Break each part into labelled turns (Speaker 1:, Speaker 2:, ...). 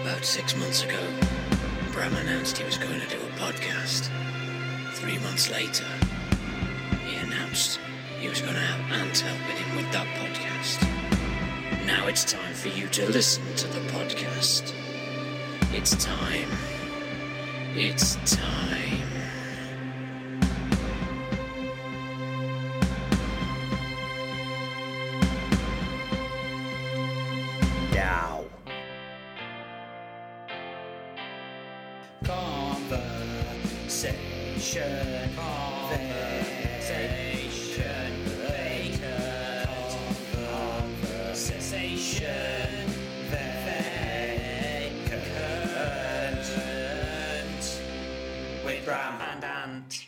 Speaker 1: About six months ago, Bram announced he was going to do a podcast. Three months later, he announced he was going to have Ant helping him with that podcast. Now it's time for you to listen to the podcast. It's time. It's time.
Speaker 2: Now. Conversation. Conversation. Later. Conversation. Vacant. With Bram and Ant.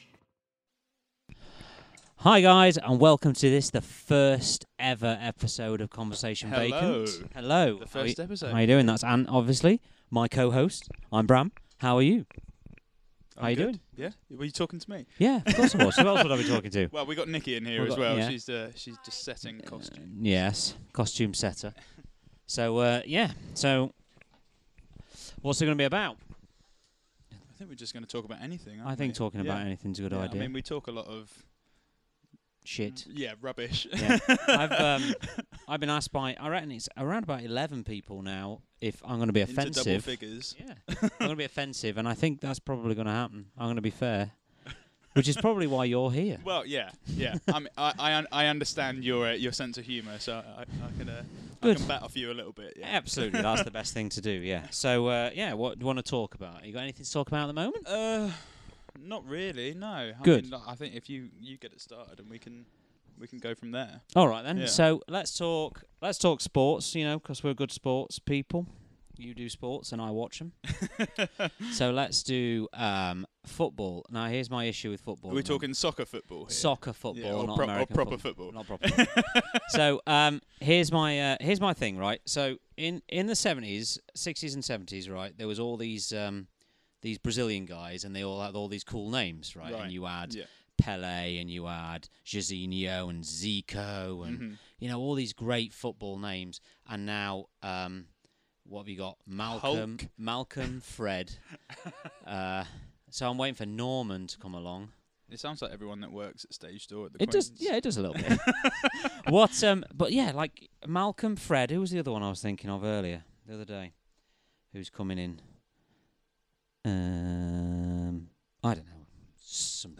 Speaker 3: Hi guys, and welcome to this, the first ever episode of Conversation Vacant. Hello.
Speaker 4: The
Speaker 3: How are
Speaker 4: first
Speaker 3: you-
Speaker 4: episode.
Speaker 3: How you doing? That's Ant, obviously, my co-host. I'm Bram. How are you? How you
Speaker 4: Oh, Good.
Speaker 3: doing?
Speaker 4: Yeah. Were you talking to me?
Speaker 3: Yeah, of course I was. Who else would I be talking to?
Speaker 4: Well, we got Nikki in here
Speaker 3: We've
Speaker 4: as
Speaker 3: got-
Speaker 4: well.
Speaker 3: yeah.
Speaker 4: She's uh, she's just setting costume.
Speaker 3: Yes, costume setter. So uh, yeah, so what's it going to be about?
Speaker 4: I think we're just going to talk about anything. Aren't
Speaker 3: I think
Speaker 4: we?
Speaker 3: talking
Speaker 4: Yeah.
Speaker 3: about anything's a good
Speaker 4: Yeah,
Speaker 3: idea.
Speaker 4: I mean, we talk a lot of
Speaker 3: Shit.
Speaker 4: yeah rubbish.
Speaker 3: Yeah. I've um, I've been asked by I reckon it's around about eleven people now if I'm going to be
Speaker 4: into double
Speaker 3: offensive.
Speaker 4: figures.
Speaker 3: Yeah, I'm gonna be offensive, and I think that's probably gonna happen. I'm gonna be fair, which is probably why you're here.
Speaker 4: Well, yeah, yeah. I mean, I, I un- I understand your uh, your sense of humour, so I, I can uh, I
Speaker 3: Good.
Speaker 4: can bat off you a little bit. Yeah.
Speaker 3: Absolutely, that's the best thing to do. Yeah. So uh, yeah, what do you want to talk about? You got anything to talk about at the moment?
Speaker 4: Uh, not really. No. I
Speaker 3: Good.
Speaker 4: mean, like, I think if you you get it started and we can we can go from there.
Speaker 3: All right then.
Speaker 4: Yeah.
Speaker 3: So let's talk. Let's talk sports. You know, 'cause we're good sports people. You do sports, and I watch them. so let's do um, football. Now, here's my issue with football.
Speaker 4: Are we
Speaker 3: at the moment.
Speaker 4: talking soccer football? Here?
Speaker 3: soccer football,
Speaker 4: Yeah, or
Speaker 3: not
Speaker 4: pro- or
Speaker 3: American
Speaker 4: proper football.
Speaker 3: Not proper. football. so um, here's my uh, here's my thing, right? So in in the seventies, sixties, and seventies, right, there was all these um, these Brazilian guys, and they all had all these cool names, right?
Speaker 4: Right,
Speaker 3: And you had
Speaker 4: yeah.
Speaker 3: Pele, and you had Jairzinho, and Zico,
Speaker 4: Mm-hmm.
Speaker 3: and you know all these great football names. And now, um, what have you got? Malcolm,
Speaker 4: Hulk.
Speaker 3: Malcolm, Fred. uh, so I'm waiting for Norman to come along.
Speaker 4: It sounds like everyone that works at Stage Door at the
Speaker 3: It does,
Speaker 4: Queen's.
Speaker 3: yeah, it does a little bit. what, um, but yeah, like Malcolm, Fred. Who was the other one I was thinking of earlier the other day? Who's coming in? Um, I don't know, some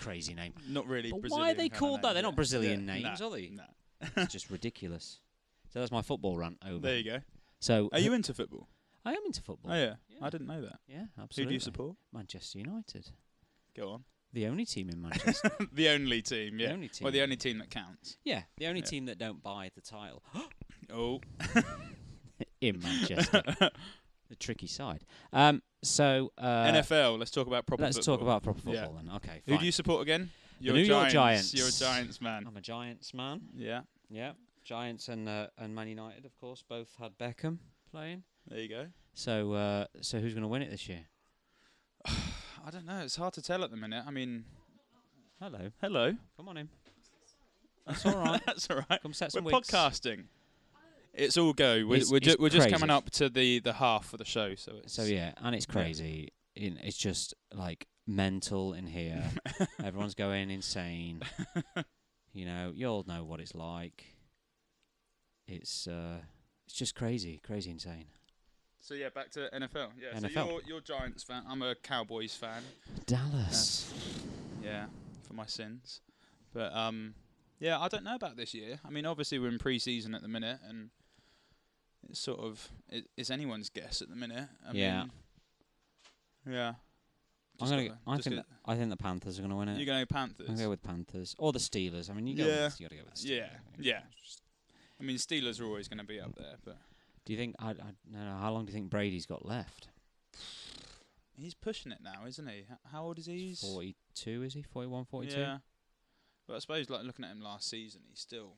Speaker 3: crazy name.
Speaker 4: Not really.
Speaker 3: But
Speaker 4: Brazilian
Speaker 3: why are they
Speaker 4: kinda
Speaker 3: called that?
Speaker 4: name,
Speaker 3: They're
Speaker 4: yeah.
Speaker 3: not Brazilian
Speaker 4: Yeah,
Speaker 3: names,
Speaker 4: nah,
Speaker 3: are they?
Speaker 4: nah.
Speaker 3: It's just ridiculous. So that's my football rant over.
Speaker 4: There you go.
Speaker 3: So
Speaker 4: Are you into football?
Speaker 3: I am into football.
Speaker 4: Oh yeah.
Speaker 3: Yeah.
Speaker 4: I didn't know that.
Speaker 3: yeah, absolutely.
Speaker 4: Who do you support?
Speaker 3: Manchester United,
Speaker 4: Go on.
Speaker 3: the only team in Manchester.
Speaker 4: the only team. Yeah.
Speaker 3: only
Speaker 4: Well, the
Speaker 3: team.
Speaker 4: only team that counts.
Speaker 3: yeah, the only
Speaker 4: Yeah.
Speaker 3: team that don't buy the title.
Speaker 4: Oh.
Speaker 3: in Manchester. the tricky side. Um, so uh,
Speaker 4: NFL. Let's talk about proper.
Speaker 3: let's
Speaker 4: football.
Speaker 3: talk about proper football
Speaker 4: Yeah.
Speaker 3: then. Okay.
Speaker 4: Who
Speaker 3: fine.
Speaker 4: do you support again? You're
Speaker 3: New
Speaker 4: a
Speaker 3: York
Speaker 4: Giants.
Speaker 3: Giants.
Speaker 4: You're a Giants man.
Speaker 3: I'm a Giants man.
Speaker 4: Yeah.
Speaker 3: Yeah, Giants and uh, and Man United, of course, both had Beckham playing.
Speaker 4: There you go.
Speaker 3: So uh, so who's going to win it this year?
Speaker 4: I don't know. It's hard to tell at the minute. I mean,
Speaker 3: Hello,
Speaker 4: hello.
Speaker 3: come on in. That's all right.
Speaker 4: That's all right.
Speaker 3: Come set
Speaker 4: We're
Speaker 3: some wigs.
Speaker 4: podcasting. It's all go. We're
Speaker 3: It's-
Speaker 4: we're, ju-
Speaker 3: it's
Speaker 4: we're just
Speaker 3: crazy.
Speaker 4: coming up to the the half of the show, so it's
Speaker 3: So yeah, and it's
Speaker 4: Yeah.
Speaker 3: crazy. In, it's just like mental in here. Everyone's going insane. you know, you all know what it's like. It's uh, it's just crazy, crazy insane.
Speaker 4: So yeah, back to NFL. Yeah,
Speaker 3: NFL.
Speaker 4: so you're you're Giants fan. I'm a Cowboys fan.
Speaker 3: Dallas.
Speaker 4: Yeah, for my sins. But um, yeah, I don't know about this year. I mean, obviously we're in pre-season at the minute, and it's sort of it, it's anyone's guess at the minute. I
Speaker 3: Yeah.
Speaker 4: Mean, yeah.
Speaker 3: I'm
Speaker 4: Just
Speaker 3: gonna.
Speaker 4: gotta-
Speaker 3: I
Speaker 4: just
Speaker 3: think.
Speaker 4: gotta-
Speaker 3: I think the Panthers are gonna win it.
Speaker 4: you gonna go
Speaker 3: I'm
Speaker 4: Panthers.
Speaker 3: gonna go with Panthers or the Steelers. I mean, you go.
Speaker 4: Yeah.
Speaker 3: With, the- you gotta go with the Steelers.
Speaker 4: yeah,
Speaker 3: I think.
Speaker 4: yeah. I mean, Steelers are always gonna be up there, but
Speaker 3: Do you think? I, I no, no. How long do you think Brady's got left?
Speaker 4: he's pushing it now, isn't he? H- How old is he? He's-
Speaker 3: Forty-two is he? 41, 42?
Speaker 4: Yeah. But I suppose, like looking at him last season, he's still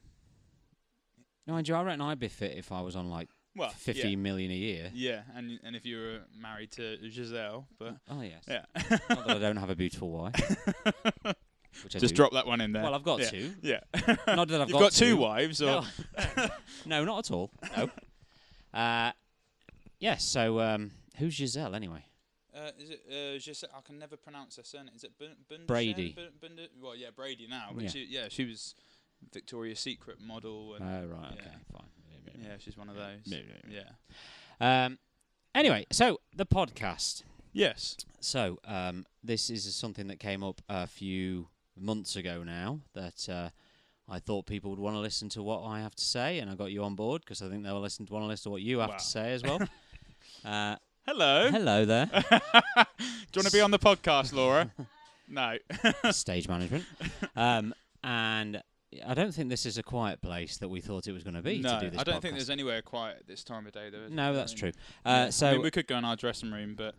Speaker 3: Mind you, I reckon I'd be fit if I was on like
Speaker 4: well. yeah.
Speaker 3: fifteen million a year.
Speaker 4: Yeah, and and if you were married to Giselle, but
Speaker 3: Oh yes.
Speaker 4: yeah,
Speaker 3: Not that I don't have a beautiful wife. which I
Speaker 4: just
Speaker 3: do.
Speaker 4: drop that one in there.
Speaker 3: Well, I've got
Speaker 4: yeah.
Speaker 3: two.
Speaker 4: Yeah,
Speaker 3: Not that I've
Speaker 4: you've got, two
Speaker 3: two
Speaker 4: wives, or
Speaker 3: No. no, not at all. No. Uh, Yes. so, um, who's Giselle anyway?
Speaker 4: Uh, is it uh, Gise- I can never pronounce her surname. Is it Bun- Bundchen?
Speaker 3: Brady.
Speaker 4: Bun- Bund- well, yeah, Brady now. But yeah. She, yeah, she was Victoria's Secret model.
Speaker 3: Oh,
Speaker 4: And
Speaker 3: right.
Speaker 4: yeah.
Speaker 3: Okay. Fine.
Speaker 4: Yeah, she's one of those.
Speaker 3: Yeah, yeah,
Speaker 4: Yeah.
Speaker 3: Um, anyway, so the podcast.
Speaker 4: Yes.
Speaker 3: So um, this is something that came up a few months ago now that uh, I thought people would want to listen to what I have to say, and I got you on board because I think they'll listen to want to listen to what you have
Speaker 4: Wow.
Speaker 3: to say as well. uh,
Speaker 4: Hello.
Speaker 3: hello there,
Speaker 4: Do you want to be on the podcast, Laura? no.
Speaker 3: stage management. Um, and I don't think this is a quiet place that we thought it was going to be
Speaker 4: no,
Speaker 3: to do this.
Speaker 4: I don't think
Speaker 3: podcast.
Speaker 4: there's anywhere quiet at this time of day, though. Is
Speaker 3: No,
Speaker 4: there?
Speaker 3: that's
Speaker 4: I
Speaker 3: true.
Speaker 4: mean, yeah,
Speaker 3: Uh, so
Speaker 4: I mean, we could go in our dressing room, but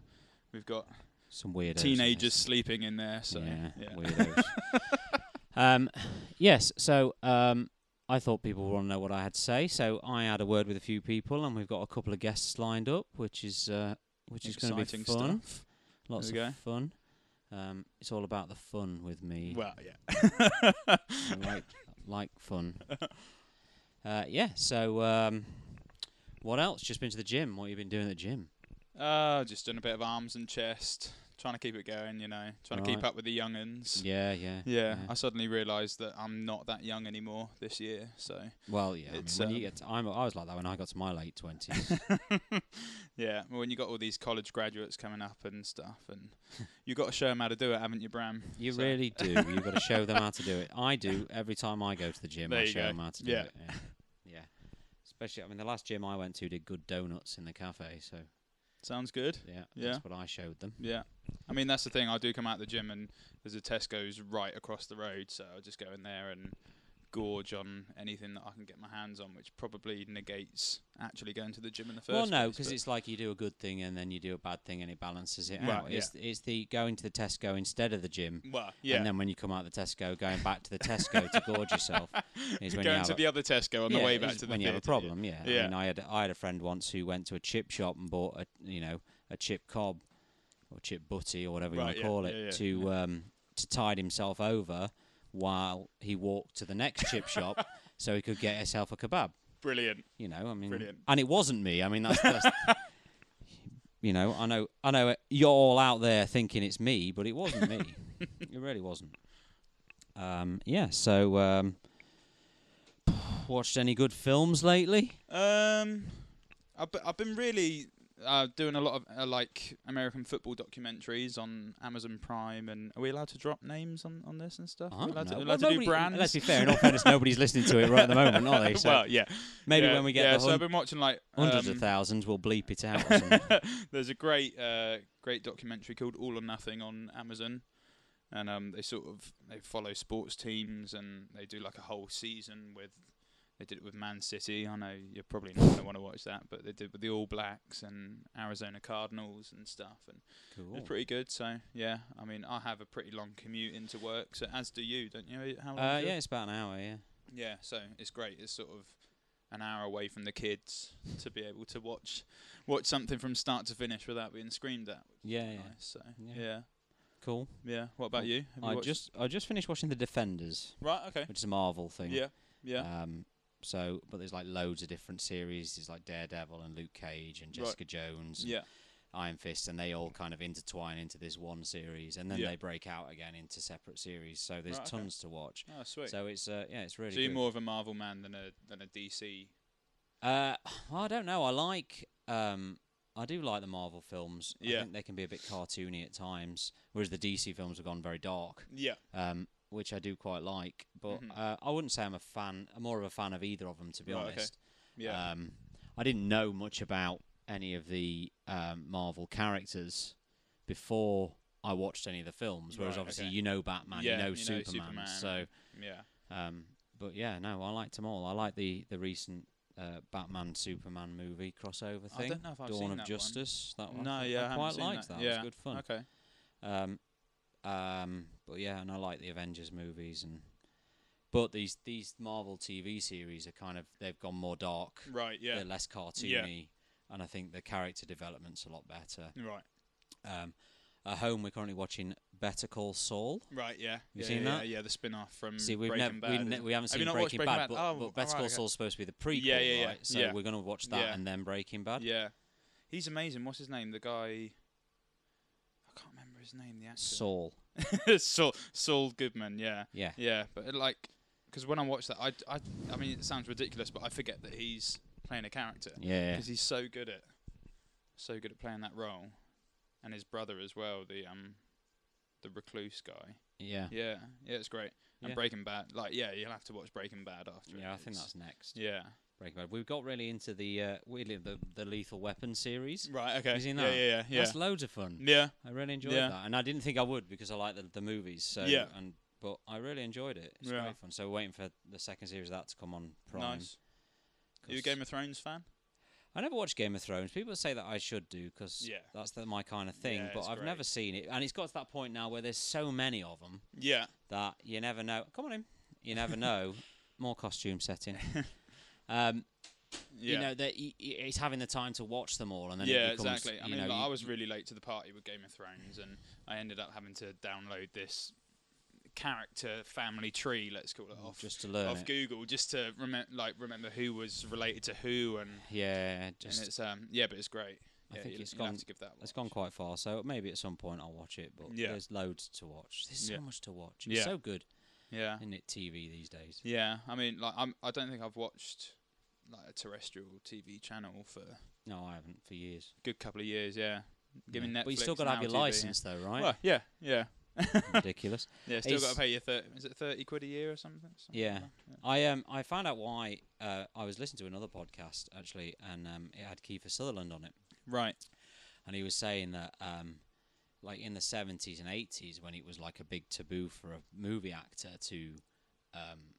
Speaker 4: we've got
Speaker 3: some weirdos. in this.
Speaker 4: teenagers sleeping in there, so
Speaker 3: yeah,
Speaker 4: yeah.
Speaker 3: weirdos. um, yes, so um, I thought people would want to know what I had to say, so I had a word with a few people, and we've got a couple of guests lined up, which is uh, which is going to be
Speaker 4: Exciting
Speaker 3: fun.
Speaker 4: stuff.
Speaker 3: Lots of
Speaker 4: There we
Speaker 3: fun. Um, it's all about the fun with me.
Speaker 4: Well, yeah.
Speaker 3: I like like fun. Uh, yeah. So um, what else? Just been to the gym. What you been doing at the gym?
Speaker 4: uh, just doing a bit of arms and chest, trying to keep it going, you know, trying to keep
Speaker 3: Right.
Speaker 4: up with the younguns.
Speaker 3: Yeah, yeah.
Speaker 4: Yeah,
Speaker 3: yeah.
Speaker 4: I suddenly realised that I'm not that young anymore this year. So
Speaker 3: Well, yeah. I, mean,
Speaker 4: It's,
Speaker 3: when you
Speaker 4: um,
Speaker 3: get to, I'm, I was like that when I got to my late twenties.
Speaker 4: yeah, well, when you got all these college graduates coming up and stuff, and you got to show 'em how to do it, haven't you, Bram?
Speaker 3: You
Speaker 4: So-
Speaker 3: really do. You've got to show them how to do it. I do every time I go to the gym.
Speaker 4: There
Speaker 3: I
Speaker 4: you
Speaker 3: show
Speaker 4: go.
Speaker 3: them how to do
Speaker 4: Yeah.
Speaker 3: it. Yeah. yeah. Especially, I mean, the last gym I went to did good donuts in the cafe. So
Speaker 4: Sounds good.
Speaker 3: yeah,
Speaker 4: Yeah.
Speaker 3: that's what I showed them.
Speaker 4: Yeah, I mean that's the thing. I do come out the gym and there's a Tesco's right across the road, so I just go in there and gorge on anything that I can get my hands on, which probably negates actually going to the gym in the first.
Speaker 3: well, no,
Speaker 4: place,
Speaker 3: because
Speaker 4: but-
Speaker 3: it's like you do a good thing and then you do a bad thing and it balances it
Speaker 4: Well,
Speaker 3: out. It's, it's the going to the Tesco instead of the gym.
Speaker 4: well, yeah.
Speaker 3: And then when you come out of the Tesco, going back to the Tesco to gorge yourself is when you
Speaker 4: going
Speaker 3: have
Speaker 4: to
Speaker 3: a-
Speaker 4: the other Tesco on the way
Speaker 3: it
Speaker 4: back
Speaker 3: is
Speaker 4: to the
Speaker 3: when you have a
Speaker 4: theatre,
Speaker 3: problem. Yeah, I
Speaker 4: Yeah.
Speaker 3: mean, I had I had a friend once who went to a chip shop and bought a you know a chip cob or chip butty or whatever you
Speaker 4: Right,
Speaker 3: want to
Speaker 4: yeah,
Speaker 3: call it
Speaker 4: yeah, yeah,
Speaker 3: to um to tide himself over while he walked to the next chip shop so he could get himself a kebab.
Speaker 4: Brilliant.
Speaker 3: You know, I mean,
Speaker 4: Brilliant.
Speaker 3: and it wasn't me. I mean, that's. that's You know, I know, I know. it- You're all out there thinking it's me, but it wasn't me. it really wasn't. Um, yeah. So, um, watched any good films lately?
Speaker 4: Um, I've be- I've been really uh, doing a lot of uh, like American football documentaries on Amazon Prime, and are we allowed to drop names on, on this and stuff?
Speaker 3: I
Speaker 4: Are
Speaker 3: don't
Speaker 4: we allowed to,
Speaker 3: know.
Speaker 4: allowed
Speaker 3: Well,
Speaker 4: to do
Speaker 3: nobody-
Speaker 4: brands?
Speaker 3: Let's be fair. In all fairness, nobody's listening to it right at the moment, are they? So
Speaker 4: well, yeah.
Speaker 3: maybe
Speaker 4: yeah,
Speaker 3: when we get
Speaker 4: yeah.
Speaker 3: the
Speaker 4: so I've
Speaker 3: hun-
Speaker 4: been watching like
Speaker 3: hundreds
Speaker 4: um,
Speaker 3: of thousands, we'll bleep it out. Or something.
Speaker 4: There's a great uh, great documentary called All or Nothing on Amazon, and um, they sort of they follow sports teams and they do like a whole season with. They did it with Man City. I know you're probably not going to want to watch that, but they did with the All Blacks and Arizona Cardinals and stuff, and
Speaker 3: cool.
Speaker 4: it's pretty good. So yeah, I mean, I have a pretty long commute into work, so as do you, don't you? How long?
Speaker 3: Uh,
Speaker 4: is
Speaker 3: yeah,
Speaker 4: yours?
Speaker 3: it's about an hour. Yeah.
Speaker 4: Yeah, so it's great. It's sort of an hour away from the kids to be able to watch watch something from start to finish without being screamed at.
Speaker 3: Yeah.
Speaker 4: Nice.
Speaker 3: yeah.
Speaker 4: So
Speaker 3: Yeah.
Speaker 4: yeah. yeah,
Speaker 3: Cool.
Speaker 4: What about
Speaker 3: Well,
Speaker 4: you? Have you
Speaker 3: I
Speaker 4: watched-
Speaker 3: just I just finished watching The Defenders,
Speaker 4: right. Okay.
Speaker 3: which is a Marvel thing.
Speaker 4: Yeah. Yeah.
Speaker 3: Um, so, but there's like loads of different series. There's like Daredevil and Luke Cage and
Speaker 4: Right.
Speaker 3: Jessica Jones, and
Speaker 4: yeah.
Speaker 3: Iron Fist, and they all kind of intertwine into this one series, and then
Speaker 4: Yeah.
Speaker 3: they break out again into separate series. So there's
Speaker 4: Right, okay.
Speaker 3: tons to watch.
Speaker 4: Oh, sweet. So,
Speaker 3: So it's uh, yeah, it's really.
Speaker 4: you're
Speaker 3: good.
Speaker 4: more of a Marvel man than a than a DC.
Speaker 3: Uh, I don't know. I like. Um, I do like the Marvel films. I
Speaker 4: Yeah.
Speaker 3: think they can be a bit cartoony at times, whereas the DC films have gone very dark,
Speaker 4: Yeah.
Speaker 3: um, which I do quite like. But
Speaker 4: Mhm.
Speaker 3: uh, I wouldn't say I'm a fan. I'm more of a fan of either of them, to be
Speaker 4: Right, okay.
Speaker 3: honest.
Speaker 4: Yeah.
Speaker 3: Um, I didn't know much about any of the um, Marvel characters before I watched any of the films. Whereas
Speaker 4: Right,
Speaker 3: obviously
Speaker 4: okay.
Speaker 3: you know Batman,
Speaker 4: Yeah,
Speaker 3: you know,
Speaker 4: you know
Speaker 3: Superman,
Speaker 4: Superman.
Speaker 3: So,
Speaker 4: yeah.
Speaker 3: um, but yeah, no, I liked them all. I like the the recent uh, Batman Superman movie crossover
Speaker 4: I
Speaker 3: thing.
Speaker 4: don't know if I've
Speaker 3: Dawn
Speaker 4: seen
Speaker 3: of
Speaker 4: that one.
Speaker 3: Justice. That one,
Speaker 4: No,
Speaker 3: I, think-
Speaker 4: yeah, I
Speaker 3: I
Speaker 4: haven't
Speaker 3: quite
Speaker 4: seen
Speaker 3: liked
Speaker 4: that.
Speaker 3: that.
Speaker 4: Yeah,
Speaker 3: It was good fun.
Speaker 4: Okay.
Speaker 3: Um, um, but yeah, and I like the Avengers movies and. But these these Marvel TV series are kind of they've gone more dark
Speaker 4: Right. Yeah.
Speaker 3: they're less cartoony, and I think the character development's a lot better.
Speaker 4: Right.
Speaker 3: Um, at home, we're currently watching Better Call Saul.
Speaker 4: Right. Yeah.
Speaker 3: You
Speaker 4: yeah,
Speaker 3: seen
Speaker 4: yeah,
Speaker 3: that?
Speaker 4: Yeah. The spin-off from
Speaker 3: See, we've never
Speaker 4: Mm, Breaking Bad.
Speaker 3: we, ne-
Speaker 4: is-
Speaker 3: we haven't
Speaker 4: Have
Speaker 3: seen
Speaker 4: you not watched
Speaker 3: Breaking,
Speaker 4: Breaking
Speaker 3: Bad,
Speaker 4: Bad?
Speaker 3: But,
Speaker 4: Oh,
Speaker 3: but Better
Speaker 4: alright,
Speaker 3: Call
Speaker 4: okay.
Speaker 3: Saul's supposed to be the prequel,
Speaker 4: yeah, yeah,
Speaker 3: right? So
Speaker 4: yeah.
Speaker 3: we're going to watch that
Speaker 4: Yeah.
Speaker 3: and then Breaking Bad.
Speaker 4: yeah. He's amazing. What's his name? The guy. I can't remember his name. The actor.
Speaker 3: Saul.
Speaker 4: Saul, Saul Goodman. Yeah.
Speaker 3: Yeah.
Speaker 4: Yeah, but it, like, because when I watch that, I, I, I mean, it sounds ridiculous, but I forget that he's playing a character
Speaker 3: Yeah.
Speaker 4: because he's so good at, so good at playing that role, and his brother as well, the um, the recluse guy.
Speaker 3: Yeah.
Speaker 4: Yeah, yeah, it's great. And
Speaker 3: Yeah.
Speaker 4: Breaking Bad, like, yeah, you'll have to watch Breaking Bad after. it.
Speaker 3: Yeah, I think
Speaker 4: It's-
Speaker 3: that's next.
Speaker 4: Yeah.
Speaker 3: Breaking Bad. We got really into the uh, weirdly the the Lethal Weapon series.
Speaker 4: Right. Okay.
Speaker 3: You've seen
Speaker 4: yeah,
Speaker 3: that?
Speaker 4: yeah, yeah, yeah.
Speaker 3: That's loads of fun.
Speaker 4: yeah.
Speaker 3: I really enjoyed
Speaker 4: Yeah.
Speaker 3: that, and I didn't think I would because I like the, the movies. So
Speaker 4: Yeah.
Speaker 3: and but I really enjoyed it. It's
Speaker 4: Yeah.
Speaker 3: great fun. So we're waiting for the second series of that to come on Prime.
Speaker 4: Nice. Are you a
Speaker 3: 'cause
Speaker 4: Game of Thrones fan?
Speaker 3: I never watched Game of Thrones. People say that I should do because
Speaker 4: Yeah.
Speaker 3: that's the, my kind of thing.
Speaker 4: Yeah,
Speaker 3: but
Speaker 4: it's
Speaker 3: I've never
Speaker 4: great.
Speaker 3: seen it, and it's got to that point now where there's so many of them
Speaker 4: Yeah.
Speaker 3: that you never know. Come on in. You never know. More costume setting. Um,
Speaker 4: Yeah.
Speaker 3: You know that y- y- it's having the time to watch them all, and then
Speaker 4: yeah,
Speaker 3: it becomes,
Speaker 4: exactly. I
Speaker 3: you
Speaker 4: mean,
Speaker 3: know,
Speaker 4: like,
Speaker 3: you-
Speaker 4: I was really late to the party with Game of Thrones, and I ended up having to download this character family tree, let's call it, off
Speaker 3: Mm, just to learn
Speaker 4: off
Speaker 3: it.
Speaker 4: Google, just to remember, like, remember who was related to who, and,
Speaker 3: yeah,
Speaker 4: and
Speaker 3: just
Speaker 4: it's um, yeah, but it's great.
Speaker 3: I
Speaker 4: Yeah,
Speaker 3: think
Speaker 4: you'll-
Speaker 3: it's
Speaker 4: you'll have
Speaker 3: gone-
Speaker 4: to give that. a
Speaker 3: it's
Speaker 4: watch.
Speaker 3: gone quite far. So maybe at some point I'll watch it, but
Speaker 4: Yeah.
Speaker 3: there's loads to watch. There's so
Speaker 4: Yeah.
Speaker 3: much to watch. It's
Speaker 4: Yeah.
Speaker 3: so good
Speaker 4: Yeah.
Speaker 3: in it TV these days.
Speaker 4: Yeah, I mean, like, I'm, I don't think I've watched like a terrestrial TV channel for a
Speaker 3: No, I haven't for years.
Speaker 4: good couple of years. Yeah, give me
Speaker 3: Yeah.
Speaker 4: Netflix.
Speaker 3: but you still got to
Speaker 4: and
Speaker 3: have your
Speaker 4: Now TV, yeah.
Speaker 3: license though, right?
Speaker 4: Well, yeah, yeah,
Speaker 3: Ridiculous.
Speaker 4: yeah. Still
Speaker 3: It's-
Speaker 4: got to pay your thirty. Is it thirty quid a year or something? something
Speaker 3: Yeah.
Speaker 4: like that?
Speaker 3: I um I found out why uh, I was listening to another podcast actually, and um, it had Kiefer Sutherland on it,
Speaker 4: Right.
Speaker 3: and he was saying that um like in the seventies and eighties when it was like a big taboo for a movie actor to um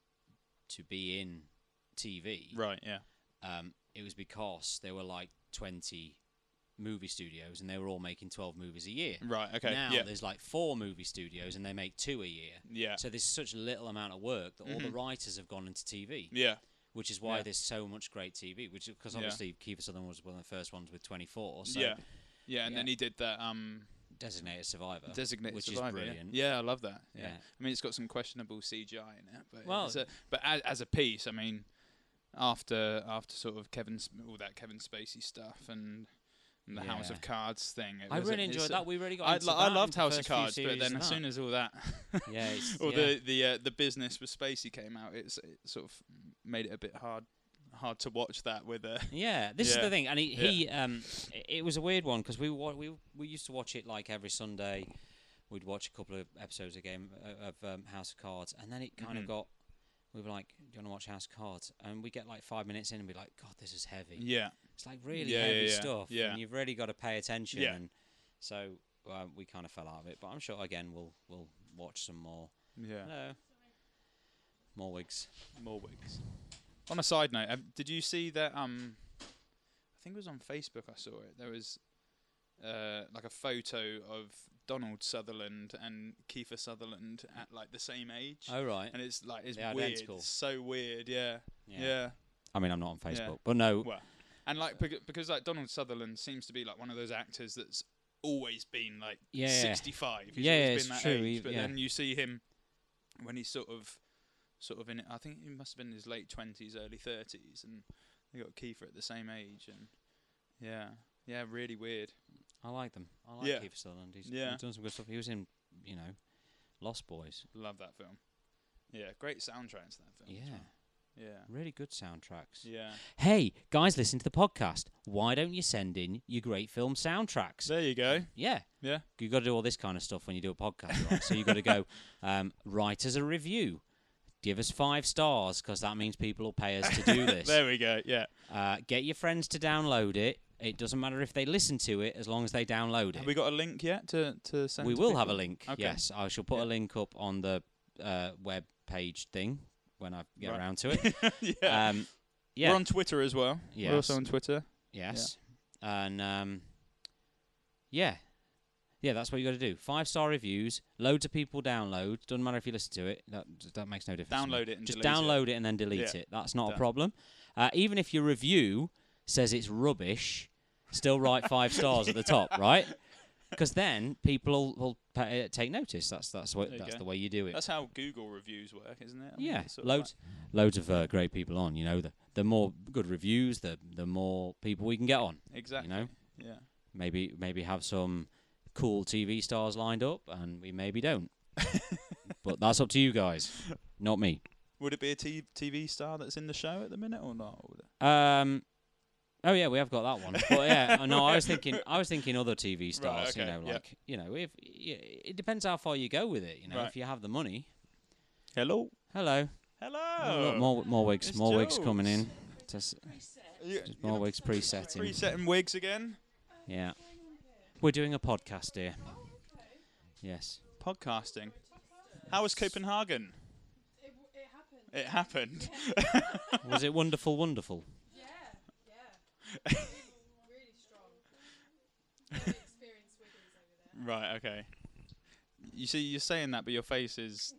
Speaker 3: to be in TV,
Speaker 4: Right. Yeah.
Speaker 3: um, it was because there were like twenty movie studios and they were all making twelve movies a year.
Speaker 4: Right. Okay.
Speaker 3: Now
Speaker 4: yeah.
Speaker 3: there's like four movie studios and they make two a year.
Speaker 4: Yeah. Mm-hmm.
Speaker 3: So there's such little amount of work that all the writers have gone into TV
Speaker 4: Yeah.
Speaker 3: which is why
Speaker 4: Yeah.
Speaker 3: there's so much great TV. Which because
Speaker 4: Yeah.
Speaker 3: obviously Kiefer Sutherland was one of the first ones with 24, so
Speaker 4: yeah. Yeah. And
Speaker 3: yeah.
Speaker 4: then he did that um,
Speaker 3: designated survivor,
Speaker 4: designated
Speaker 3: which
Speaker 4: survivor.
Speaker 3: is
Speaker 4: yeah.
Speaker 3: brilliant.
Speaker 4: Yeah. I love that. Yeah.
Speaker 3: Yeah.
Speaker 4: I mean, it's got some questionable CGI in it, but
Speaker 3: Well-
Speaker 4: it's a, but as, as a piece, I mean, after after sort of Kevin Sp- all that Kevin Spacey stuff and, and the House
Speaker 3: Yeah.
Speaker 4: of Cards thing, it
Speaker 3: I
Speaker 4: was a-
Speaker 3: really
Speaker 4: it's
Speaker 3: enjoyed
Speaker 4: a-
Speaker 3: that. We really got.
Speaker 4: I,
Speaker 3: into
Speaker 4: lo-
Speaker 3: that
Speaker 4: I
Speaker 3: in
Speaker 4: loved
Speaker 3: the
Speaker 4: House of
Speaker 3: first few
Speaker 4: Cards, but
Speaker 3: series
Speaker 4: then
Speaker 3: of
Speaker 4: as
Speaker 3: that.
Speaker 4: soon as all that,
Speaker 3: yeah, it's,
Speaker 4: all
Speaker 3: yeah.
Speaker 4: the the uh, the business with Spacey came out, it's it sort of made it a bit hard hard to watch that with uh,
Speaker 3: Yeah, this is
Speaker 4: Yeah.
Speaker 3: the thing, and he,
Speaker 4: Yeah.
Speaker 3: he um, i- it was a weird one because we wa- we we used to watch it like every Sunday. We'd watch a couple of episodes of game uh, of um, House of Cards, and then it kind
Speaker 4: Mhm.
Speaker 3: of got. We were like, "Do you want to watch House of Cards?" And we get like five minutes in, and be like, "God, this is heavy."
Speaker 4: yeah
Speaker 3: It's like really
Speaker 4: Mm. Yeah, yeah,
Speaker 3: heavy
Speaker 4: yeah.
Speaker 3: stuff,
Speaker 4: Yeah.
Speaker 3: and you've really got to pay attention.
Speaker 4: Yeah.
Speaker 3: And so um, we kind of fell out of it, but I'm sure again we'll we'll watch some more.
Speaker 4: yeah
Speaker 3: Hello. More wigs.
Speaker 4: more wigs. On a side note, um, did you see that? Um, I think it was on Facebook. I saw it. There was uh, like a photo of Donald Sutherland and Kiefer Sutherland at like the same age,
Speaker 3: Oh right.
Speaker 4: and it's like it's
Speaker 3: They're
Speaker 4: weird.
Speaker 3: identical.
Speaker 4: It's so weird. Yeah, yeah.
Speaker 3: I mean, I'm not on Facebook,
Speaker 4: Yeah.
Speaker 3: but no.
Speaker 4: Well, and like becau- because like Donald Sutherland seems to be like one of those actors that's always been like
Speaker 3: Yeah.
Speaker 4: 65. He's
Speaker 3: Yeah,
Speaker 4: always
Speaker 3: yeah,
Speaker 4: been
Speaker 3: it's
Speaker 4: that
Speaker 3: true,
Speaker 4: age,
Speaker 3: he-
Speaker 4: but
Speaker 3: yeah.
Speaker 4: then you see him when he's sort of, sort of in. I think he must have been in his late twenties, early thirties, and they got Kiefer at the same age, and yeah, yeah, really weird.
Speaker 3: I like them. I like
Speaker 4: Yeah.
Speaker 3: Kiefer Sutherland. He's,
Speaker 4: Yeah.
Speaker 3: he's done some good stuff. He was in, you know, Lost Boys.
Speaker 4: Love that film. Yeah, great soundtrack to that film. as
Speaker 3: Yeah.
Speaker 4: well. yeah,
Speaker 3: Really good soundtracks.
Speaker 4: yeah.
Speaker 3: Hey guys, listen to the podcast. Why don't you send in your great film soundtracks?
Speaker 4: There you go.
Speaker 3: Yeah.
Speaker 4: Yeah.
Speaker 3: you got to do all this kind of stuff when you do a podcast, right? so you got to go um, write us a review, give us five stars because that means people will pay us to do this.
Speaker 4: There we go. Yeah.
Speaker 3: uh, get your friends to download it. It doesn't matter if they listen to it as long as they download
Speaker 4: Have
Speaker 3: it.
Speaker 4: we got a link yet to to send?
Speaker 3: We
Speaker 4: to
Speaker 3: will have a
Speaker 4: people?
Speaker 3: link.
Speaker 4: Okay.
Speaker 3: Yes, I shall put a
Speaker 4: Yeah.
Speaker 3: link up on the uh, web page thing when I get
Speaker 4: Right.
Speaker 3: around to it.
Speaker 4: yeah.
Speaker 3: Um, yeah.
Speaker 4: We're on Twitter as well. We're also
Speaker 3: Yes.
Speaker 4: on Twitter.
Speaker 3: Yes. And um, yeah. Yeah, that's what you got to do. Five star reviews, loads of people download. Doesn't matter if you listen to it. That that makes no difference. to me.
Speaker 4: Download it and
Speaker 3: Just
Speaker 4: delete it.
Speaker 3: download it. and then delete
Speaker 4: Yeah.
Speaker 3: it. That's not
Speaker 4: Done.
Speaker 3: a problem. Uh, even if your review says it's rubbish, still write five stars at the top, right? Because then people will, will pa- uh, take notice. That's that's what
Speaker 4: There you
Speaker 3: that's
Speaker 4: go.
Speaker 3: the way you do it.
Speaker 4: That's how Google reviews work, isn't it? I mean,
Speaker 3: yeah,
Speaker 4: it's sort of
Speaker 3: loads loads of uh, great people on. You know, the the more good reviews, the the more people we can get on.
Speaker 4: like- exactly.
Speaker 3: You know,
Speaker 4: Yeah.
Speaker 3: Maybe maybe have some cool TV stars lined up, and we maybe don't. but that's up to you guys, not me.
Speaker 4: Would it be a t- TV star that's in the show at the minute or not? Would it-
Speaker 3: Um. Oh yeah, we have got that one. But yeah, uh, no, I was thinking, I was thinking other TV stars. you
Speaker 4: okay,
Speaker 3: know,
Speaker 4: yeah.
Speaker 3: like you know, if y- it depends how far you go with it. You know,
Speaker 4: Right.
Speaker 3: if you have the money.
Speaker 4: Hello.
Speaker 3: Hello. Oh,
Speaker 4: Hello.
Speaker 3: look, more more wigs,
Speaker 4: it's
Speaker 3: more wigs coming in.
Speaker 4: Jules.
Speaker 3: Just,
Speaker 4: You,
Speaker 3: just
Speaker 4: you're
Speaker 3: more
Speaker 4: not
Speaker 3: wigs presetting.
Speaker 4: presetting wigs again.
Speaker 3: Yeah. We're doing a podcast here. Yes.
Speaker 4: Podcasting. How was Copenhagen?
Speaker 5: It, w- it happened.
Speaker 4: It happened.
Speaker 3: Was it wonderful, wonderful?
Speaker 5: Yeah, yeah. Really- really strong. Really experienced wigglers over there.
Speaker 4: Right, okay. You see, you're saying that, but your face is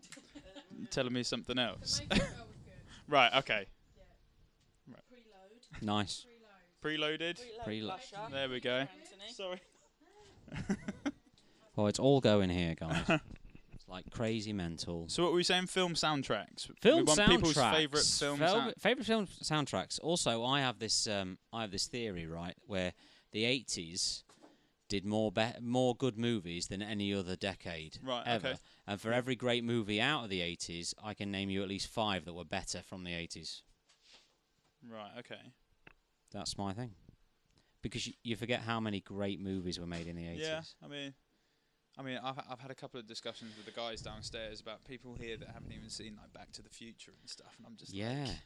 Speaker 4: telling me something else.
Speaker 5: The makeup was good.
Speaker 4: Right, okay.
Speaker 5: Preload.
Speaker 3: Nice.
Speaker 5: Preload.
Speaker 4: Preloaded.
Speaker 3: Pretty lo-
Speaker 4: There we go.
Speaker 6: Anthony.
Speaker 4: Sorry.
Speaker 3: Oh, it's all going here, guys. it's like crazy mental.
Speaker 4: So, what were we saying? Film soundtracks. we
Speaker 3: Film
Speaker 4: want people's
Speaker 3: soundtracks.
Speaker 4: favourite film
Speaker 3: Fel-
Speaker 4: sound-
Speaker 3: favorite film soundtracks. Also, I have this. Um, I have this theory, right, where the '80s did more be- more good movies than any other decade
Speaker 4: Right,
Speaker 3: ever.
Speaker 4: okay.
Speaker 3: And for every great movie out of the '80s, I can name you at least five that were better from the '80s.
Speaker 4: Right, okay.
Speaker 3: That's my thing. Because you, you forget how many great movies were made in the 80s.
Speaker 4: Yeah, I mean, I mean, I've, I've had a couple of discussions with the guys downstairs about people here that haven't even seen like Back to the Future and stuff, and I'm just
Speaker 3: Yeah.
Speaker 4: like,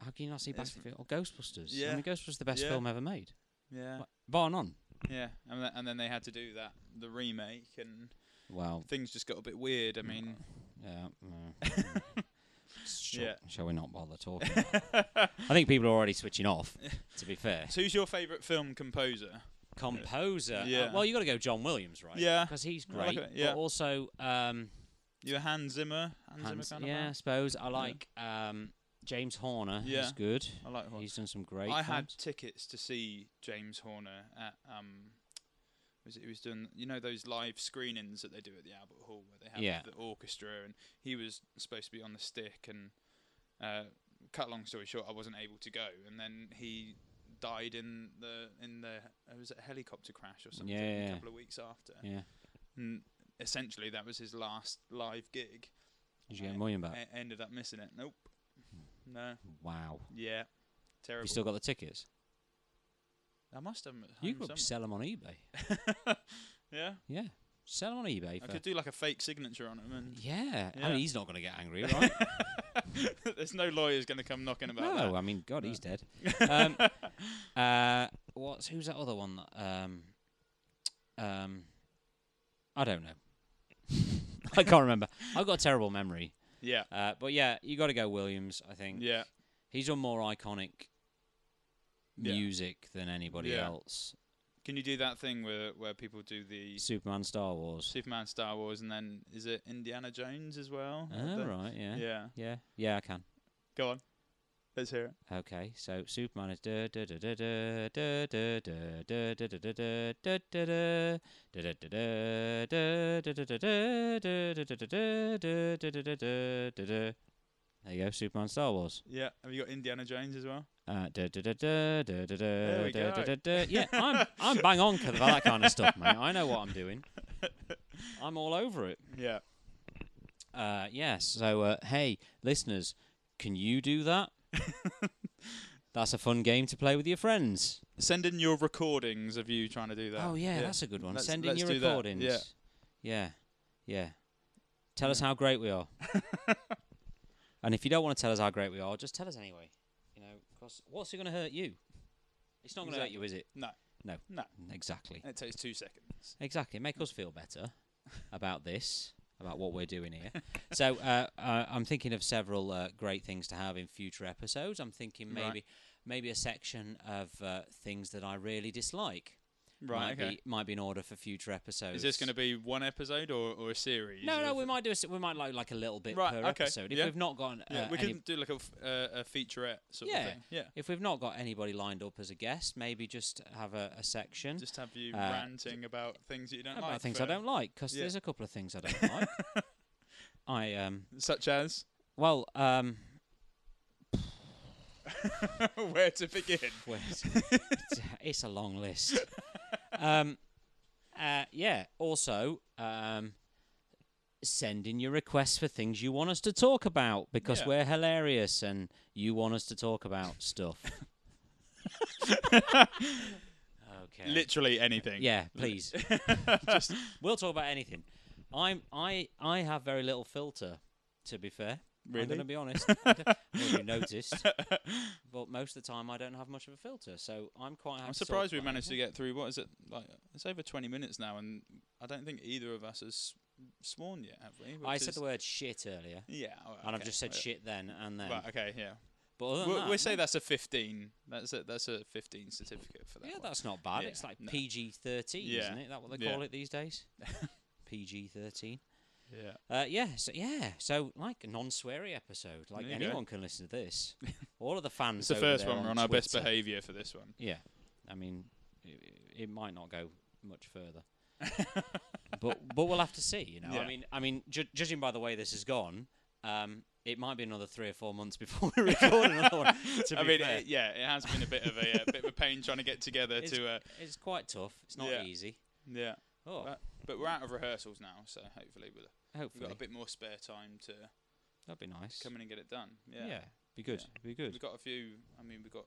Speaker 3: How can you not see Back
Speaker 4: It's-
Speaker 3: to the Future or Ghostbusters? I
Speaker 4: Yeah.
Speaker 3: mean, Ghostbusters is the best
Speaker 4: Yeah.
Speaker 3: film ever made,
Speaker 4: yeah,
Speaker 3: Like, bar none.
Speaker 4: yeah, and then, and then they had to do that the remake, and
Speaker 3: Well,
Speaker 4: things just got a bit weird. I
Speaker 3: Mm.
Speaker 4: mean,
Speaker 3: yeah. mm, mm. Shall,
Speaker 4: Yeah.
Speaker 3: shall we not bother talking? about that? I think people are already switching off. To be fair,
Speaker 4: so who's your favourite film composer?
Speaker 3: composer. uh,
Speaker 4: Yeah.
Speaker 3: well, you got to go John Williams, right?
Speaker 4: Yeah.
Speaker 3: Because he's
Speaker 4: I like
Speaker 3: great.
Speaker 4: it, yeah.
Speaker 3: But also, um,
Speaker 4: You a Hans Zimmer, Hans,
Speaker 3: Hans-
Speaker 4: Zimmer kind
Speaker 3: yeah, I
Speaker 4: of
Speaker 3: suppose I like um, James Horner.
Speaker 4: Yeah.
Speaker 3: He's good.
Speaker 4: man. I like Horner.
Speaker 3: He's done some great.
Speaker 4: I had
Speaker 3: films.
Speaker 4: tickets to see James Horner at um, was it, he was doing you know those live screenings that they do at the Albert Hall where they have
Speaker 3: Yeah.
Speaker 4: the orchestra and he was supposed to be on the stick and uh, cut a long story short I wasn't able to go and then he died in the in the it was it a helicopter crash or something
Speaker 3: Yeah.
Speaker 4: a couple of weeks after
Speaker 3: Yeah.
Speaker 4: and essentially that was his last live gig
Speaker 3: Did you get a million back?
Speaker 4: E- ended up missing it nope no
Speaker 3: Wow.
Speaker 4: yeah terrible
Speaker 3: Hmm. You still got the tickets?
Speaker 4: I must have 'em at
Speaker 3: You
Speaker 4: home
Speaker 3: could
Speaker 4: somewhere.
Speaker 3: sell them on eBay.
Speaker 4: yeah
Speaker 3: Yeah. Sell them on eBay.
Speaker 4: I
Speaker 3: for-
Speaker 4: could do like a fake signature on him, and
Speaker 3: yeah. I
Speaker 4: Yeah.
Speaker 3: mean, he's not going to get angry, right?
Speaker 4: there's no lawyers going to come knocking
Speaker 3: no,
Speaker 4: about that.
Speaker 3: I mean, God, he's dead. Um, uh, what's who's that other one? that, Um, um, I don't know. I can't remember. I've got a terrible memory.
Speaker 4: Yeah,
Speaker 3: Uh, but yeah, you got to go Williams. I think
Speaker 4: yeah,
Speaker 3: he's on more iconic
Speaker 4: Yeah.
Speaker 3: music than anybody
Speaker 4: Yeah.
Speaker 3: else.
Speaker 4: Can you do that thing where where people do the
Speaker 3: Superman, Star Wars.
Speaker 4: Superman, Star Wars, and then is it Indiana Jones as well?
Speaker 3: Oh,
Speaker 4: The-
Speaker 3: right. Yeah.
Speaker 4: Yeah.
Speaker 3: yeah. Yeah. I can.
Speaker 4: Go on. Let's hear it.
Speaker 3: Okay, so Superman is da da da da da da da da da da da da da da da da da da da da da da da da da da da da da da da da da da da da. There you go, Superman Star Wars.
Speaker 4: Yeah. Have you got Indiana Jones as well?
Speaker 3: Uh da da da da da da da
Speaker 4: we
Speaker 3: da
Speaker 4: go.
Speaker 3: da da. Yeah, I'm I'm bang on for that kind of stuff, mate. I know what I'm doing. I'm all over it.
Speaker 4: Yeah.
Speaker 3: Uh yes, so uh hey, listeners, can you do that? That's a fun game to play with your friends.
Speaker 4: Send in your recordings of you trying to do that.
Speaker 3: Oh yeah, that's a good one.
Speaker 4: Let's-
Speaker 3: Send in
Speaker 4: let's
Speaker 3: your
Speaker 4: do that.
Speaker 3: recordings.
Speaker 4: Yeah.
Speaker 3: Yeah. Yeah. Tell us how great we are. and if you don't want to tell us how great we are, just tell us anyway. You know, 'cause what's it going to hurt you? It's not going to hurt you, is it?
Speaker 4: No.
Speaker 3: No.
Speaker 4: No.
Speaker 3: Exactly.
Speaker 4: And it takes two seconds.
Speaker 3: Exactly. Make us feel better about this, about what we're doing here. so uh, uh, I'm thinking of several uh, great things to have in future episodes. I'm thinking maybe
Speaker 4: Right.
Speaker 3: maybe a section of uh, things that I really dislike.
Speaker 4: Right.
Speaker 3: Might
Speaker 4: okay.
Speaker 3: Be, might be in order for future episodes.
Speaker 4: Is this going to be one episode or, or a series?
Speaker 3: No, no.
Speaker 4: of-
Speaker 3: We might do. A, s- we might like like a little bit
Speaker 4: Right,
Speaker 3: per
Speaker 4: okay,
Speaker 3: episode. If
Speaker 4: yeah.
Speaker 3: we've not got an-
Speaker 4: Yeah,
Speaker 3: uh,
Speaker 4: we
Speaker 3: any-
Speaker 4: can do like a, f- uh, a featurette sort
Speaker 3: Yeah.
Speaker 4: of thing. Yeah.
Speaker 3: if we've not got anybody lined up as a guest, maybe just have a, a section.
Speaker 4: Just have you
Speaker 3: Uh,
Speaker 4: ranting about things that you don't
Speaker 3: about
Speaker 4: like.
Speaker 3: things
Speaker 4: for-
Speaker 3: I don't like, 'cause
Speaker 4: yeah.
Speaker 3: there's a couple of things I don't like. I um
Speaker 4: Such as?
Speaker 3: well um
Speaker 4: Where to begin?
Speaker 3: Wait, it's, uh, it's a long list. Um, uh, yeah. Also, um, send in your requests for things you want us to talk about because
Speaker 4: Yeah.
Speaker 3: we're hilarious and you want us to talk about stuff. okay.
Speaker 4: Literally anything.
Speaker 3: Yeah, please.
Speaker 4: Just
Speaker 3: We'll talk about anything. I'm I I have very little filter. To be fair, I'm going
Speaker 4: Really?
Speaker 3: to be honest. I don't know if you noticed, but most of the time I don't have much of a filter, so I'm quite. happy
Speaker 4: I'm
Speaker 3: to talk
Speaker 4: surprised we
Speaker 3: about
Speaker 4: managed to
Speaker 3: anything.
Speaker 4: get through. What is it like? It's over 20 minutes now, and I don't think either of us has sworn yet, have we?
Speaker 3: I
Speaker 4: Which
Speaker 3: said
Speaker 4: is-
Speaker 3: the word shit earlier,
Speaker 4: Yeah. all right,
Speaker 3: and I've
Speaker 4: okay,
Speaker 3: just said
Speaker 4: right.
Speaker 3: shit then and then.
Speaker 4: Right, okay, yeah.
Speaker 3: But other than
Speaker 4: We'll,
Speaker 3: that,
Speaker 4: we'll say that's a 15. That's a that's a 15 certificate for that.
Speaker 3: yeah,
Speaker 4: one.
Speaker 3: that's not bad.
Speaker 4: Yeah,
Speaker 3: It's like
Speaker 4: no.
Speaker 3: PG thirteen,
Speaker 4: Yeah,
Speaker 3: isn't it? That what they
Speaker 4: yeah.
Speaker 3: call it these days? PG thirteen.
Speaker 4: yeah.
Speaker 3: Uh, yeah, so yeah, so like a non-sweary episode. Like
Speaker 4: There you go.
Speaker 3: anyone can listen to this. All of the fans.
Speaker 4: It's the
Speaker 3: over
Speaker 4: first
Speaker 3: there
Speaker 4: one.
Speaker 3: on
Speaker 4: We're on our best
Speaker 3: Twitter-
Speaker 4: behaviour for this one.
Speaker 3: Yeah, I mean, it, it might not go much further, but but we'll have to see. You know, I
Speaker 4: Yeah.
Speaker 3: mean, I mean, ju- judging by the way this has gone, um, it might be another three or four months before we record another one. To be
Speaker 4: I mean,
Speaker 3: fair.
Speaker 4: it, yeah, it has been a bit of a uh, bit of a pain trying to get together
Speaker 3: It's-
Speaker 4: to. Uh,
Speaker 3: it's quite tough. It's not
Speaker 4: Yeah.
Speaker 3: easy.
Speaker 4: yeah,
Speaker 3: Oh,
Speaker 4: But but we're out of rehearsals now, so hopefully we'll, we've
Speaker 3: hopefully
Speaker 4: got a bit more spare time to
Speaker 3: that'd be nice.
Speaker 4: come in and get it done.
Speaker 3: yeah.
Speaker 4: Yeah,
Speaker 3: be good.
Speaker 4: Yeah.
Speaker 3: Be good.
Speaker 4: we've got a few. I mean, we've got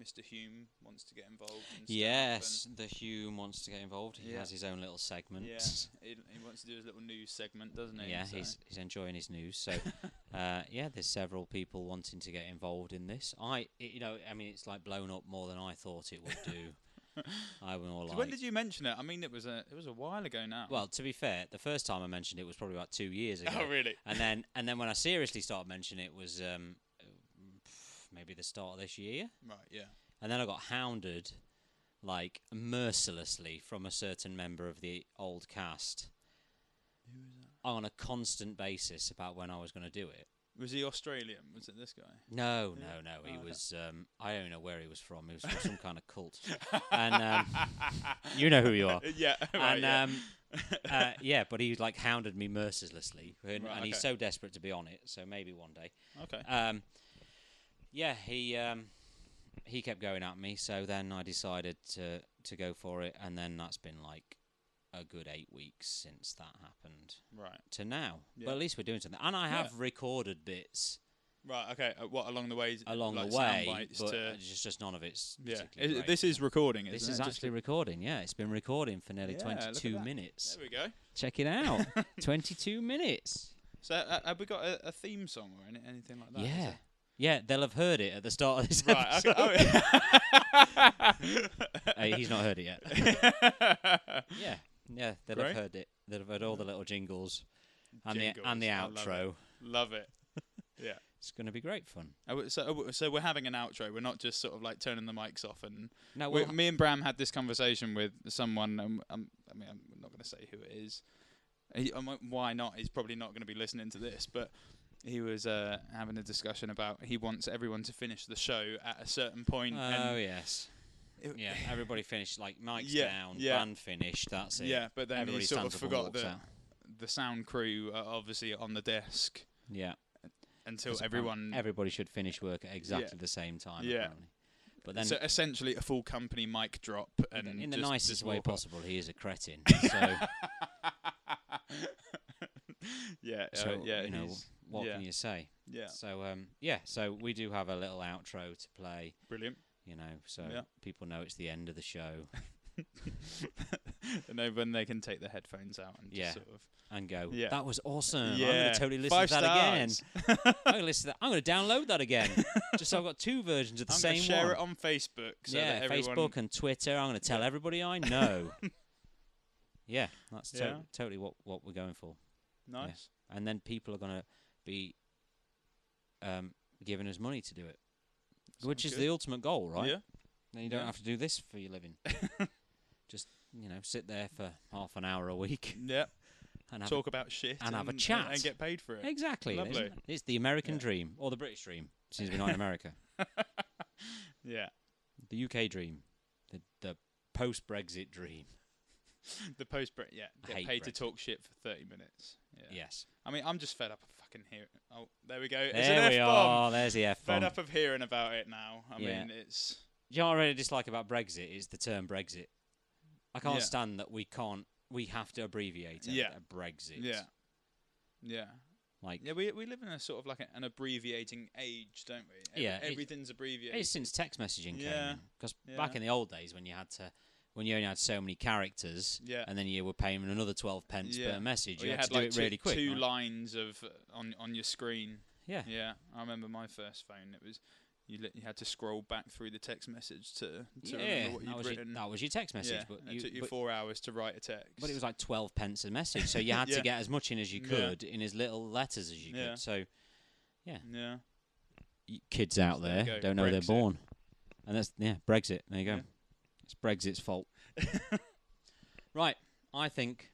Speaker 4: Mr. Hume wants to get involved. And stuff,
Speaker 3: Yes, the Hume wants to get involved. He
Speaker 4: Yeah.
Speaker 3: has his own little segment.
Speaker 4: and yeah, he, he wants to do his little news segment, doesn't he?
Speaker 3: Yeah,
Speaker 4: So-
Speaker 3: he's he's enjoying his news. So, uh, yeah, there's several people wanting to get involved in this. I, i- you know, I mean, it's like blown up more than I thought it would do. I will
Speaker 4: 'Cause
Speaker 3: like.
Speaker 4: when did you mention it? I mean, it was a it was a while ago now.
Speaker 3: well, to be fair, the first time I mentioned it was probably about two years ago.
Speaker 4: oh really?
Speaker 3: And then, and then when I seriously started mentioning it was um, maybe the start of this year.
Speaker 4: Right, yeah.
Speaker 3: And then I got hounded, like mercilessly, from a certain member of the old cast on a constant basis about when I was going to do it.
Speaker 4: Was he Australian? Was it this guy?
Speaker 3: No,
Speaker 4: Yeah.
Speaker 3: no, no. He
Speaker 4: Oh, okay.
Speaker 3: was. Um, I don't know where he was from. He was from some kind of cult, and um, you know who you are.
Speaker 4: yeah,
Speaker 3: and
Speaker 4: right, yeah.
Speaker 3: um, uh, yeah, but he like hounded me mercilessly, and,
Speaker 4: Right,
Speaker 3: and he's
Speaker 4: okay.
Speaker 3: so desperate to be on it. So maybe one day.
Speaker 4: okay.
Speaker 3: Um, yeah, he um, he kept going at me. So then I decided to to go for it, and then that's been like a good eight weeks since that happened
Speaker 4: Right,
Speaker 3: to now.
Speaker 4: Yeah.
Speaker 3: But at least we're doing something, and I
Speaker 4: Yeah.
Speaker 3: have recorded bits.
Speaker 4: right, okay. Uh, what along the way?
Speaker 3: along
Speaker 4: like
Speaker 3: the
Speaker 4: sound
Speaker 3: way,
Speaker 4: bites
Speaker 3: but
Speaker 4: to-
Speaker 3: it's just, just none of it's
Speaker 4: yeah.
Speaker 3: particularly
Speaker 4: Is-
Speaker 3: great.
Speaker 4: This is recording, isn't
Speaker 3: This is
Speaker 4: it? Just
Speaker 3: actually recording. Yeah, it's been recording for nearly
Speaker 4: Yeah, look at
Speaker 3: 22
Speaker 4: that.
Speaker 3: minutes.
Speaker 4: There we go.
Speaker 3: Check it out. 22 minutes.
Speaker 4: So uh, have we got a, a theme song or any, anything like that? Is
Speaker 3: yeah.
Speaker 4: it-
Speaker 3: Yeah, they'll have heard it at the start of this
Speaker 4: Right.
Speaker 3: episode.
Speaker 4: Okay. Oh,
Speaker 3: Uh, he's not heard it yet.
Speaker 4: yeah.
Speaker 3: yeah. Yeah, they'll
Speaker 4: Great.
Speaker 3: have heard it. They'll have heard all the little jingles and the and the
Speaker 4: Jingles, I
Speaker 3: outro.
Speaker 4: love Love it. Yeah.
Speaker 3: It's going to be great fun.
Speaker 4: Oh, w- So, oh, w- so we're having an outro. We're not just sort of like turning the mics off. And
Speaker 3: Now, Uh,
Speaker 4: we
Speaker 3: we'll ha-
Speaker 4: me and Bram had this conversation with someone. Um, um, I mean, I'm not going to say who it is. He, um, uh, why not? He's probably not going to be listening to this, but he was uh, having a discussion about he wants everyone to finish the show at a certain point.
Speaker 3: Oh,
Speaker 4: and
Speaker 3: yes.
Speaker 4: it-
Speaker 3: Yeah, everybody finished. Like, Mike's
Speaker 4: Yeah,
Speaker 3: down,
Speaker 4: yeah.
Speaker 3: band finished. That's it.
Speaker 4: yeah. But then
Speaker 3: everybody
Speaker 4: he sort of
Speaker 3: stands up and
Speaker 4: forgot
Speaker 3: walks
Speaker 4: that
Speaker 3: out.
Speaker 4: the sound crew are obviously on the desk
Speaker 3: Yeah.
Speaker 4: until
Speaker 3: 'Cause, um,
Speaker 4: everyone.
Speaker 3: everybody should finish work at exactly the same time.
Speaker 4: Yeah.
Speaker 3: Apparently. But then,
Speaker 4: so essentially, a full company mic drop.
Speaker 3: but
Speaker 4: And
Speaker 3: then in the
Speaker 4: just-
Speaker 3: nicest
Speaker 4: just
Speaker 3: way
Speaker 4: walk off.
Speaker 3: possible, he is a cretin. So,
Speaker 4: yeah, uh,
Speaker 3: so,
Speaker 4: yeah,
Speaker 3: you know,
Speaker 4: he's-
Speaker 3: what
Speaker 4: yeah,
Speaker 3: can you say?
Speaker 4: yeah,
Speaker 3: So, um, yeah. So we do have a little outro to play.
Speaker 4: brilliant.
Speaker 3: You know, so
Speaker 4: Yeah.
Speaker 3: people know it's the end of the show
Speaker 4: and then when they can take their headphones out and
Speaker 3: Yeah.
Speaker 4: just sort of,
Speaker 3: and go.
Speaker 4: Yeah.
Speaker 3: That was awesome. I'm
Speaker 4: yeah,
Speaker 3: gonna totally listen
Speaker 4: Five
Speaker 3: to that
Speaker 4: stars.
Speaker 3: again. I'm gonna listen. To that. I'm gonna download that again. Just so I've got two versions of the
Speaker 4: I'm
Speaker 3: same
Speaker 4: gonna share
Speaker 3: one.
Speaker 4: it on Facebook. So
Speaker 3: yeah,
Speaker 4: that everyone,
Speaker 3: Facebook and Twitter. I'm gonna tell everybody I know. yeah, that's to-
Speaker 4: Yeah.
Speaker 3: totally what what we're going for.
Speaker 4: Nice.
Speaker 3: and then people are going to be um, giving us money to do it, which
Speaker 4: Sounds
Speaker 3: is
Speaker 4: good.
Speaker 3: the ultimate goal, right?
Speaker 4: Yeah.
Speaker 3: Then you don't
Speaker 4: yeah.
Speaker 3: have to do this for your living. Just you know, sit there for half an hour a week
Speaker 4: Yeah.
Speaker 3: and have a-
Speaker 4: Talk about shit
Speaker 3: and have a chat.
Speaker 4: and get paid for it.
Speaker 3: exactly. isn't
Speaker 4: Lovely.
Speaker 3: it? It's the American
Speaker 4: Yeah.
Speaker 3: dream or the British dream, since we're not in America.
Speaker 4: Yeah.
Speaker 3: The UK dream, the the post Brexit dream.
Speaker 4: the post Brit, yeah,
Speaker 3: I
Speaker 4: get
Speaker 3: hate
Speaker 4: paid to
Speaker 3: Brexit.
Speaker 4: talk shit for thirty minutes. Yeah.
Speaker 3: Yes.
Speaker 4: I mean, I'm just fed up of fucking hearing. Oh, there we go. it's an
Speaker 3: there we
Speaker 4: F-bomb.
Speaker 3: are. There's the F bomb.
Speaker 4: Fed up of hearing about it now. I
Speaker 3: Yeah.
Speaker 4: mean, it's
Speaker 3: you know what I really dislike about Brexit is the term Brexit. I can't
Speaker 4: Yeah.
Speaker 3: stand that we can't. We have to abbreviate it.
Speaker 4: Yeah.
Speaker 3: a Brexit.
Speaker 4: yeah, yeah,
Speaker 3: Like
Speaker 4: yeah. We we live in a sort of like a, an abbreviating age, don't we? Ev-
Speaker 3: Yeah, it's-
Speaker 4: everything's abbreviated.
Speaker 3: it's since text messaging
Speaker 4: Yeah.
Speaker 3: came. Because
Speaker 4: Yeah.
Speaker 3: back in the old days when you had to, when you only had so many characters,
Speaker 4: Yeah.
Speaker 3: and then you were paying another twelve pence
Speaker 4: Yeah.
Speaker 3: per message,
Speaker 4: Or
Speaker 3: you, had, to do it
Speaker 4: two-
Speaker 3: really quick.
Speaker 4: two
Speaker 3: right?
Speaker 4: lines of uh, on on your screen.
Speaker 3: yeah.
Speaker 4: Yeah, I remember my first phone. It was you li- you had to scroll back through the text message to to remember what
Speaker 3: that
Speaker 4: you'd
Speaker 3: was, your,
Speaker 4: written.
Speaker 3: that was your text message,
Speaker 4: yeah,
Speaker 3: but
Speaker 4: it
Speaker 3: you,
Speaker 4: took you
Speaker 3: but,
Speaker 4: four hours to write a text.
Speaker 3: but it was like twelve pence a message, so you had
Speaker 4: Yeah.
Speaker 3: to get as much in as you
Speaker 4: Yeah.
Speaker 3: could in as little letters as you
Speaker 4: Yeah.
Speaker 3: could. So
Speaker 4: yeah,
Speaker 3: y- kids out
Speaker 4: So there
Speaker 3: there,
Speaker 4: you go,
Speaker 3: don't know they're
Speaker 4: Brexit.
Speaker 3: born, and that's yeah Brexit. There you go.
Speaker 4: Yeah.
Speaker 3: It's Brexit's fault. right, I think,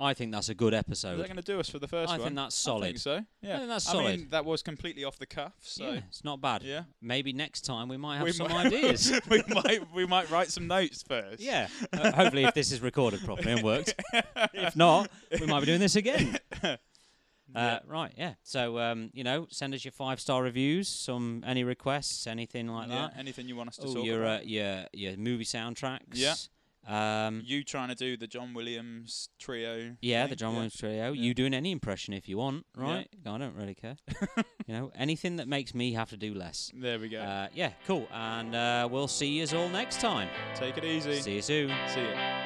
Speaker 3: I think that's a good
Speaker 4: is
Speaker 3: episode.
Speaker 4: that going to do us for the first
Speaker 3: I
Speaker 4: one?
Speaker 3: think that's
Speaker 4: I
Speaker 3: solid.
Speaker 4: think so. Yeah,
Speaker 3: think that's
Speaker 4: I mean,
Speaker 3: solid.
Speaker 4: that was completely off the cuff. So
Speaker 3: Yeah, it's not bad.
Speaker 4: yeah.
Speaker 3: Maybe next time we might have
Speaker 4: We
Speaker 3: some
Speaker 4: might-
Speaker 3: ideas.
Speaker 4: we might we might write some notes first.
Speaker 3: yeah. Uh, hopefully, if this is recorded properly and worked. if not, we might be doing this again. Uh, Right, yeah. So um, you know, send us your five star reviews, some any requests, anything like
Speaker 4: Yeah,
Speaker 3: that.
Speaker 4: Anything you want us to
Speaker 3: Oh,
Speaker 4: talk
Speaker 3: your uh,
Speaker 4: about?
Speaker 3: your your movie soundtracks.
Speaker 4: Yeah.
Speaker 3: Um,
Speaker 4: you trying to do the John Williams trio?
Speaker 3: yeah,
Speaker 4: thing?
Speaker 3: the John Williams trio.
Speaker 4: Yeah.
Speaker 3: You doing any impression if you want,
Speaker 4: Yeah.
Speaker 3: right? I don't really care. you know, anything that makes me have to do less.
Speaker 4: There we go.
Speaker 3: Uh, yeah, cool. And uh, we'll see you all next time.
Speaker 4: Take it easy.
Speaker 3: See you soon.
Speaker 4: See ya.